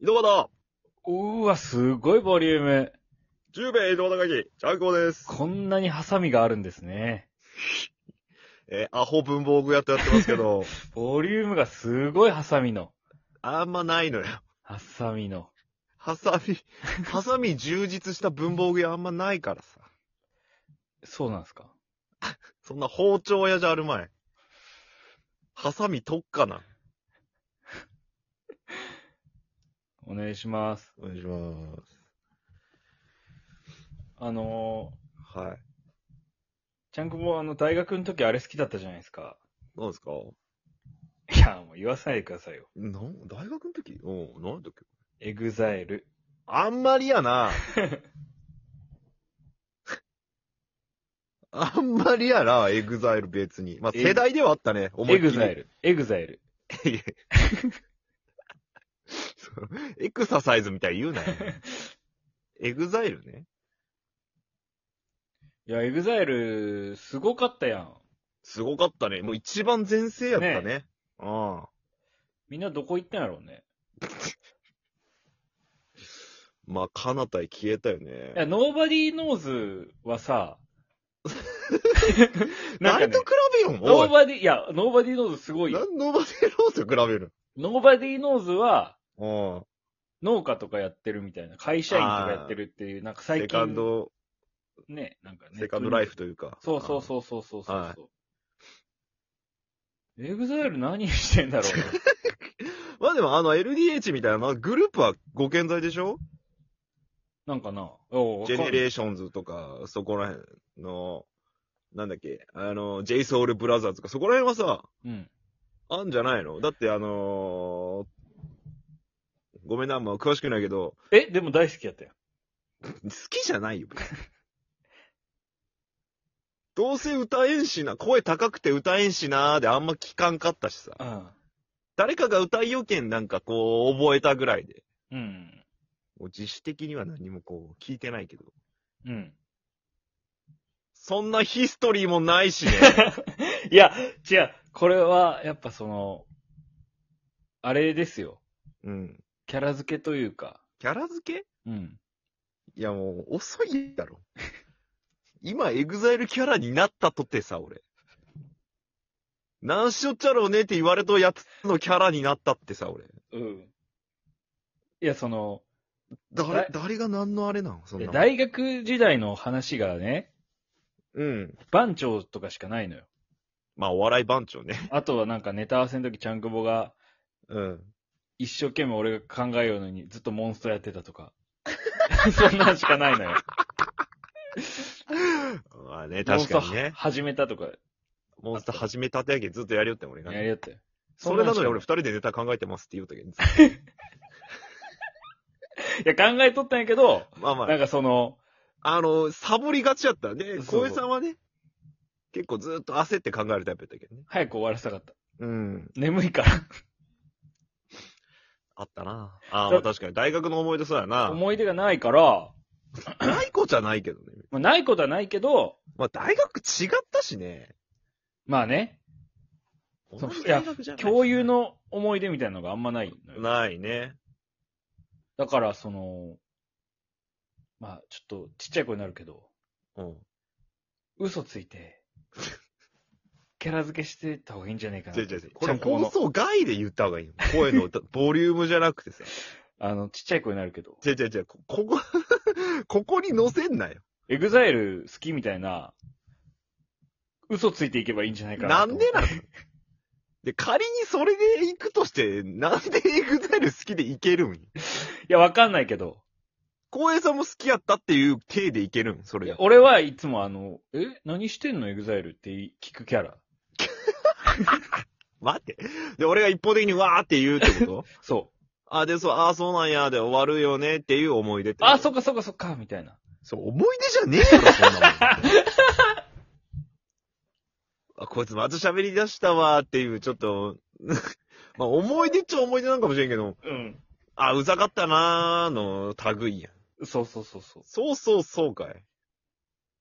井戸端うーわ、すごいボリューム。十兵衛井戸端会議、チャンコです。こんなにハサミがあるんですね。えーアホ文房具屋とやってますけ ど、ボリュームがすごいハサミの。あんまないのよ。ハサミの。ハサミ、ハサミ充実した文房具屋あんまないからさ。そうなんですかそんな包丁屋じゃあるまい。ハサミ特化な。お願いします。お願いします。あのはい。ー、ちゃんくもあの、大学の時あれ好きだったじゃないですか。何ですかいや、もう言わさないでくださいよ。なん、大学の時うん、何の時エグザイル。あんまりやな。 あんまりやな、エグザイル別に。まあ、世代ではあったね、思いエっきグりザイル。エグザイル。いやそうエクササイズみたいに言うなよ。エグザイルね。いや、エグザイル、すごかったやん。すごかったね。もう一番前世やったね。ああ。みんなどこ行ったんやろうね。まあ、かなたへ消えたよねい。や、ノーバディーノーズは さ、なん何かとね比、べよんノおーい。バディ、いや、ノーバディーノーズすごいよ。何ノバディローズと比べるノーバディーノーズは、の農家とかやってるみたいな、会社員とかやってるっていう、なんかうん。最近、セカンド、ね、なんかね。セカンドライフというか。そうそうそうそうそうそう。エグザイル何してんだろうね まあでも、あの、LDH みたいな、グループはご健在でしょなんかな。おうジェネレーーションズとか、そこら辺の、なんだっけ、あの、j ソ o u l b r o t h e r とか、そこら辺はさ、うん。あんじゃないのだってあのーごめんな、もう詳しくないけど、え、でも大好きやったよ。好きじゃないよ。別にどうせ歌えんしな、声高くて歌えんしなーであんま聞かんかったしさ。うん。誰かが歌いよけんなんかこう覚えたぐらいで。うん。もう自主的には何もこう聞いてないけど。うん。そんなヒストリーもないしね。いや、違う。これは、やっぱその、あれですよ。うん。キャラ付けというか。キャラ付けうん。いやもう、遅いだろ。今、エグザイルキャラになったとてさ、俺。何しよっちゃろうねって言われとやつのキャラになったってさ、俺。うん。いや、その、誰だ、誰が何のあれなのそんでなの。大学時代の話がね、うん。番長とかしかないのよ。まあ、お笑い番長ね。あとはなんかネタ合わせの時、ちゃんくぼがうん。一生懸命俺が考えようのにずっとモンストやってたとか。そんなんしかないのよ。まあね、モン確ストかにね。始めたとか、モンスター始めたてやけんずっとやりよってん俺がや。りよって。それなのに俺二い人でネタ考えてますって言うたけん。や、考えとったんやけど、まあまあな、んかその、あの、サボりがちやったね。そう小江さんはね、結構ずっと焦って考えるタイプやったけどね。早く終わらせたかった。うん。眠いから。あったな。ああ、まだあ確かに。大学の思い出そうやな。思い出がないから、ない子じゃないけどね。まあ、ないことはないけど、まあ大学違ったしね。まあね、そ同うじ大学じゃない。共有。の思い出みたいなのがあんまないのよ。ないね。だから、その、まあ、ちょっと、ちっちゃい子になるけど、うん。嘘つい て、キャラ付けしてた方がいいんじゃないかな。違う違う違う。これちゃんとこの放送外で言った方がいいよ。声の 歌ボリュームじゃなくてさ。あの、ちっちゃい子になるけど、違う違う違う。ここ こ、ここに載せんなよ。エグザイル好きみたいな、嘘ついていけばいいんじゃないかななとん思っでて。なので、仮にそれで行くとして、なんでエグザイル好きでいけるんいや、わかんないけど、光栄さんも好きやったっていう体でいけるんそれいやが。俺はいつもあの、え何してんのエグザイルって聞くキャラ。待って。で、俺が一方的にわーって言うってことそあ、で、そう、ああ、そうなんや、で終わるよねっていう思い出ってう。あ、そっかそっかそっか、みたいな。そう、思い出じゃねえやろ、そ んなもん。あ、こいつまず喋り出したわーっていう、ちょっと、 まあ、思い出っちゃ思い出なんかもしれんけど、うん。あ、うざかったなーの類やん。そうそうそうそう。そうそうそうかい。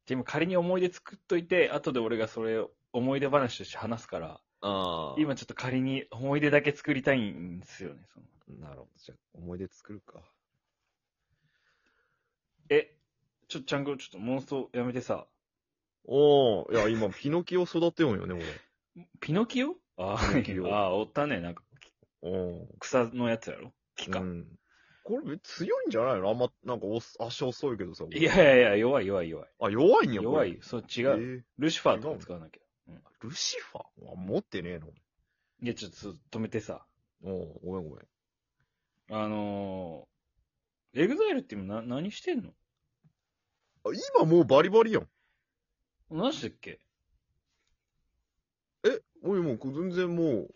でも仮に思い出作っといて、後で俺がそれを思い出話として話すから、ああ。今ちょっと仮に思い出だけ作りたいんですよね。そのなるほど。じゃあ、思い出作るか。え、ちょ、ちゃんこ、ちょっと妄想やめてさ。おー、いや、今、ヒノキを育てようよね、ピノキオあピノキーオあー、おったね。なんか俺。おー。草のやつやろ木か。うん。これ、強いんじゃないのあんま、なんかおす、足遅いけどさ。いやいやいや、弱い弱い弱い。あ、弱いんや、こ弱れ。い。そう、違う。えールシファーとか使わなきゃ。ルシファーあ持ってねえの。いや、ちょっと止めてさ。おうごめんごめん。あのー、エグザイルって今な、何してんのあ、今もうバリバリやん。何してっけえ、おいもう、全然もう、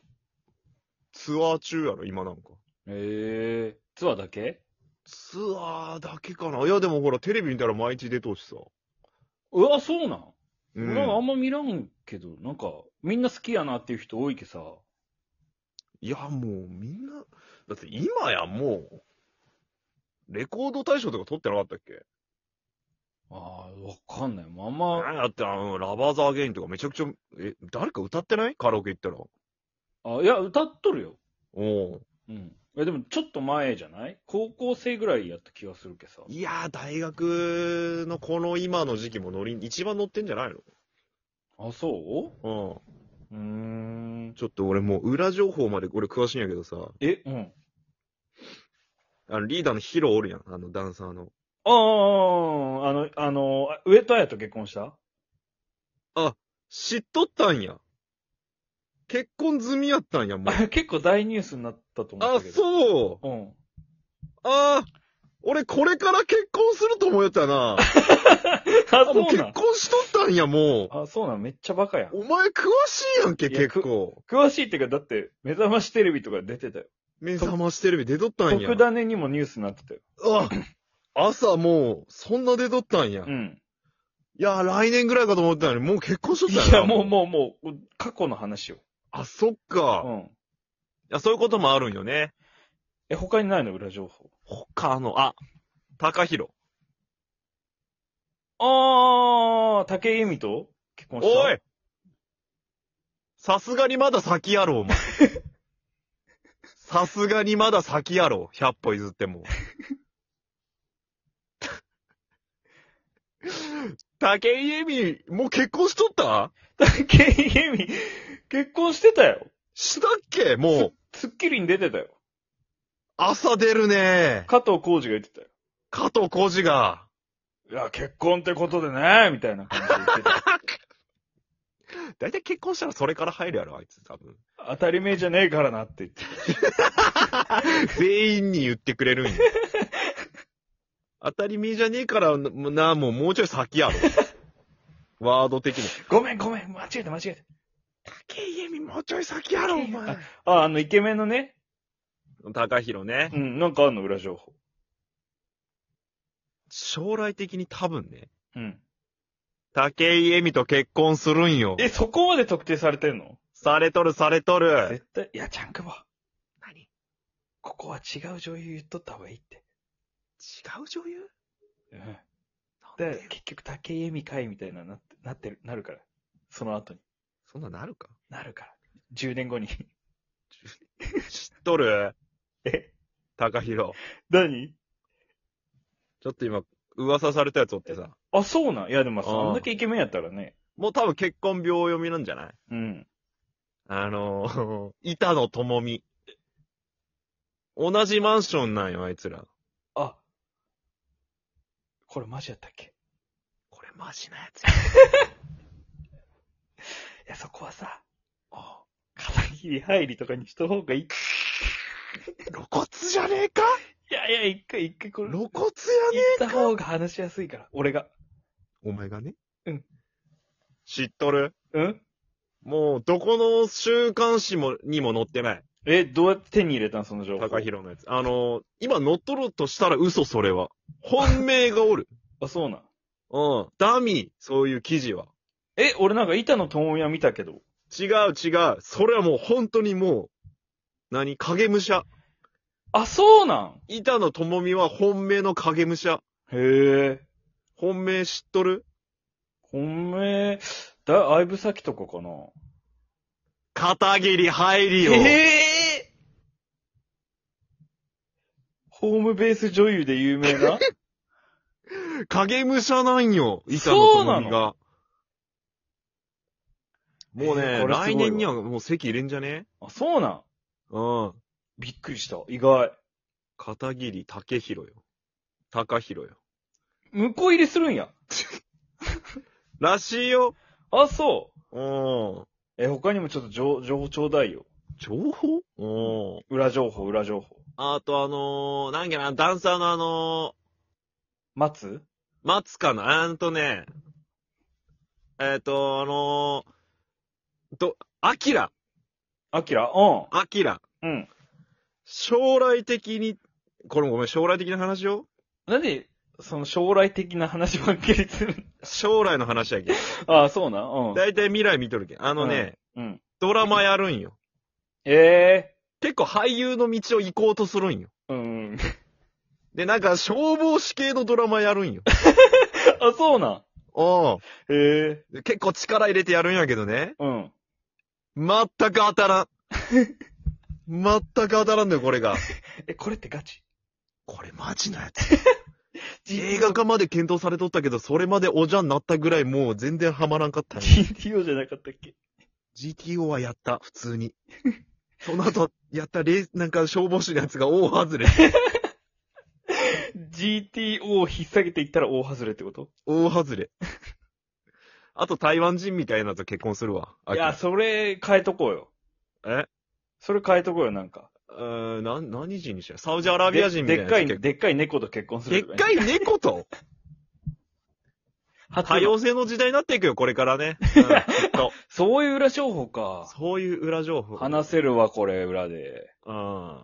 ツアー中やろ、今なんか。ええー、ツアーだけツアーだけかな。いや、でもほら、テレビ見たら毎日出とうしさ。うわ、そうなん、うん。俺はあんま見らんけど、なんか、みんな好きやなっていう人多いけさ。いや、もうみんな、だって今やもう、レコード大賞とか撮ってなかったっけああ、わかんない。もうあんま、なんだってあの、ラバーザーゲインとかめちゃくちゃ、え、誰か歌ってないカラオケ行ったら。あ、いや、歌っとるよ。おううん。いや、でもちょっと前じゃない高校生ぐらいやった気がするけさ。いやー、大学のこの今の時期も乗り、一番乗ってんじゃないあ、そのうん。ううーん。ちょっと俺もう裏情報まで俺詳しいんやけどさ、え、うん。あのリーダーのヒロおるやん、あのダンサーの。ああ、あの、あの、あ上戸彩と結婚した知っとったんや。結婚済みやったんや、もう。あ 結構大ニュースになったと思っ あ、たけど。そうううん。ああ、俺これから結婚すると思うよった な。もあ、うそう結なん婚しとったんや、もあ、そうなんめっちゃバカやんう。。お前詳しいやんけ、いや結構。詳しいっていうか、だって、目覚ましテレビとか出てたよ。目覚ましテレビ出とったんや特。ダネにもニュースになってたよ。あ、朝もう、そんな出とったんや。ういん。や、来年ぐらいかと思ってたのに、もう結婚しとったんいや、もうもうもう、過去の話よ。あ、そっか。ういん。や、そういうこともあるんよね。え、他にないの裏情報。他の、あ、高弘。あー、竹井由美と結婚したおいさすがにまだ先やろ、お 前。さすがにまだ先やろ、100歩譲っても。 竹井由美、もう結婚しとった竹井由美、結婚してたよ。したっけもう、スッキリに出てたよ。朝出るね。加藤浩二が言ってたよ。加藤浩二が。いや、結婚ってことでね、みたいな感じで言ってた。だいたい結婚したらそれから入るやろ、あいつ多分。当たり前じゃねえからなって言ってた。 全員に言ってくれ るんや。当たり前じゃねえからな、もうもうちょい先 やろ。ワード的に。ごめんごめん、間違えた間違え竹井由美もうちょい先やろ、お前。た。あ、あの、イケメンのね。高弘ね。うん、なんかあんの裏情報。将来的に多分ね、うん。竹井恵美と結婚するんよ。え、そこまで特定されてんのされとる、されとる。絶対、いや、ちゃんくぼ。何違ここは違う女優言っとった方がいいって。う女優うん。なんでで、結局、竹井絵美かいみたいな、なって、なってる、なるから。その後に。そんななるかなるから。10年後に。知っとるえ、高弘。何ちょっと今、噂されたやつおってさ。あ、そうなんいや、でも、あーそんだけイケメンやったらね。もう多分結婚秒読みなんじゃないうん。あのー、 板野友美。同じマンションなんよ、あいつら。あ。これマジやったっけこれマジなやつ いや、そこはさ、あ片桐入りとかにした方がいい。露骨じゃねえかいやいや、一回一回これ、行露っ骨やねた方が話しやすいから、俺が。お前がね。うん。知っとるうんもう、どこの週刊誌も、にも載ってない。え、どうやって手に入れたんその情報。高弘のやつ。あのー今載っとろうとしたら嘘それは。本命が おる。あ、そうなん。うん。ダミー、そういう記事は。え、俺なんか板野友美は見たけど。違う違う。それはもう本当にもう、何影武者。あ、そうなん板野友美は本命の影武者。へえ。本命知っとる本命、だ、相武咲とかかな肩切り入りえよ。えホームベース女優で有名な影武者なんよ、板野そうな友の美が。もうえね、ーこれすごいわ来年にはもう席入れんじゃね あ、そうなん。うん。びっくりした。意外。片桐竹弘よ。高弘よ。向こう入りするんや。らしいよ。あ、そうう。ん。え、他にもちょっと情情報ちょうだいよ。情報うん。裏情報、裏情報。あとあのー、なんやな、ダンサーのあの待つー、松かな、あんとね、えっ、と、あのー、と、アキラ、アキラうアキラ。ん。うん。将来的に、これもごめん、将来的な話よ。なんで、その将来的な話ばっかりする ん将来の話や けん。あ、そうなん。うん。だいたい未来見とるけん。あのね、うん。ドラマやるんよ。え結構俳優の道を行こうとするんよ。えうん。で、なんか消防士系のドラマやるんよ。あ、そうなん。 おええうん。結構力入れてやるんやけどね。うん。全く当た らん。全く当たらんのよ、これが。え、これってガチこれマジな やつ。映画化まで検討されとったけど、それまでおじゃんなったぐらいもう全然ハマらんかったね。 GTO じゃなかったっけ GTO はやった、普通 に。その後、やったレース、なんか消防士のやつが大外れ。 ?GTO を引っ提げていったら大外れってこと大外れ。あと台湾人みたいなやつと結婚するわ。いや、それ変えとこうよ。えそれ変えとこうよ、なんか。うーん、な、何人にしようサウジアラビア人みたいなでやつっか結い、でっかい猫と結婚すでるっとかね。かい猫 と初の多様性の時代になっていくよ、これからね。うん、き っと。そういう裏情報か。そういう裏情報。話せるわ、これ、裏で。うん。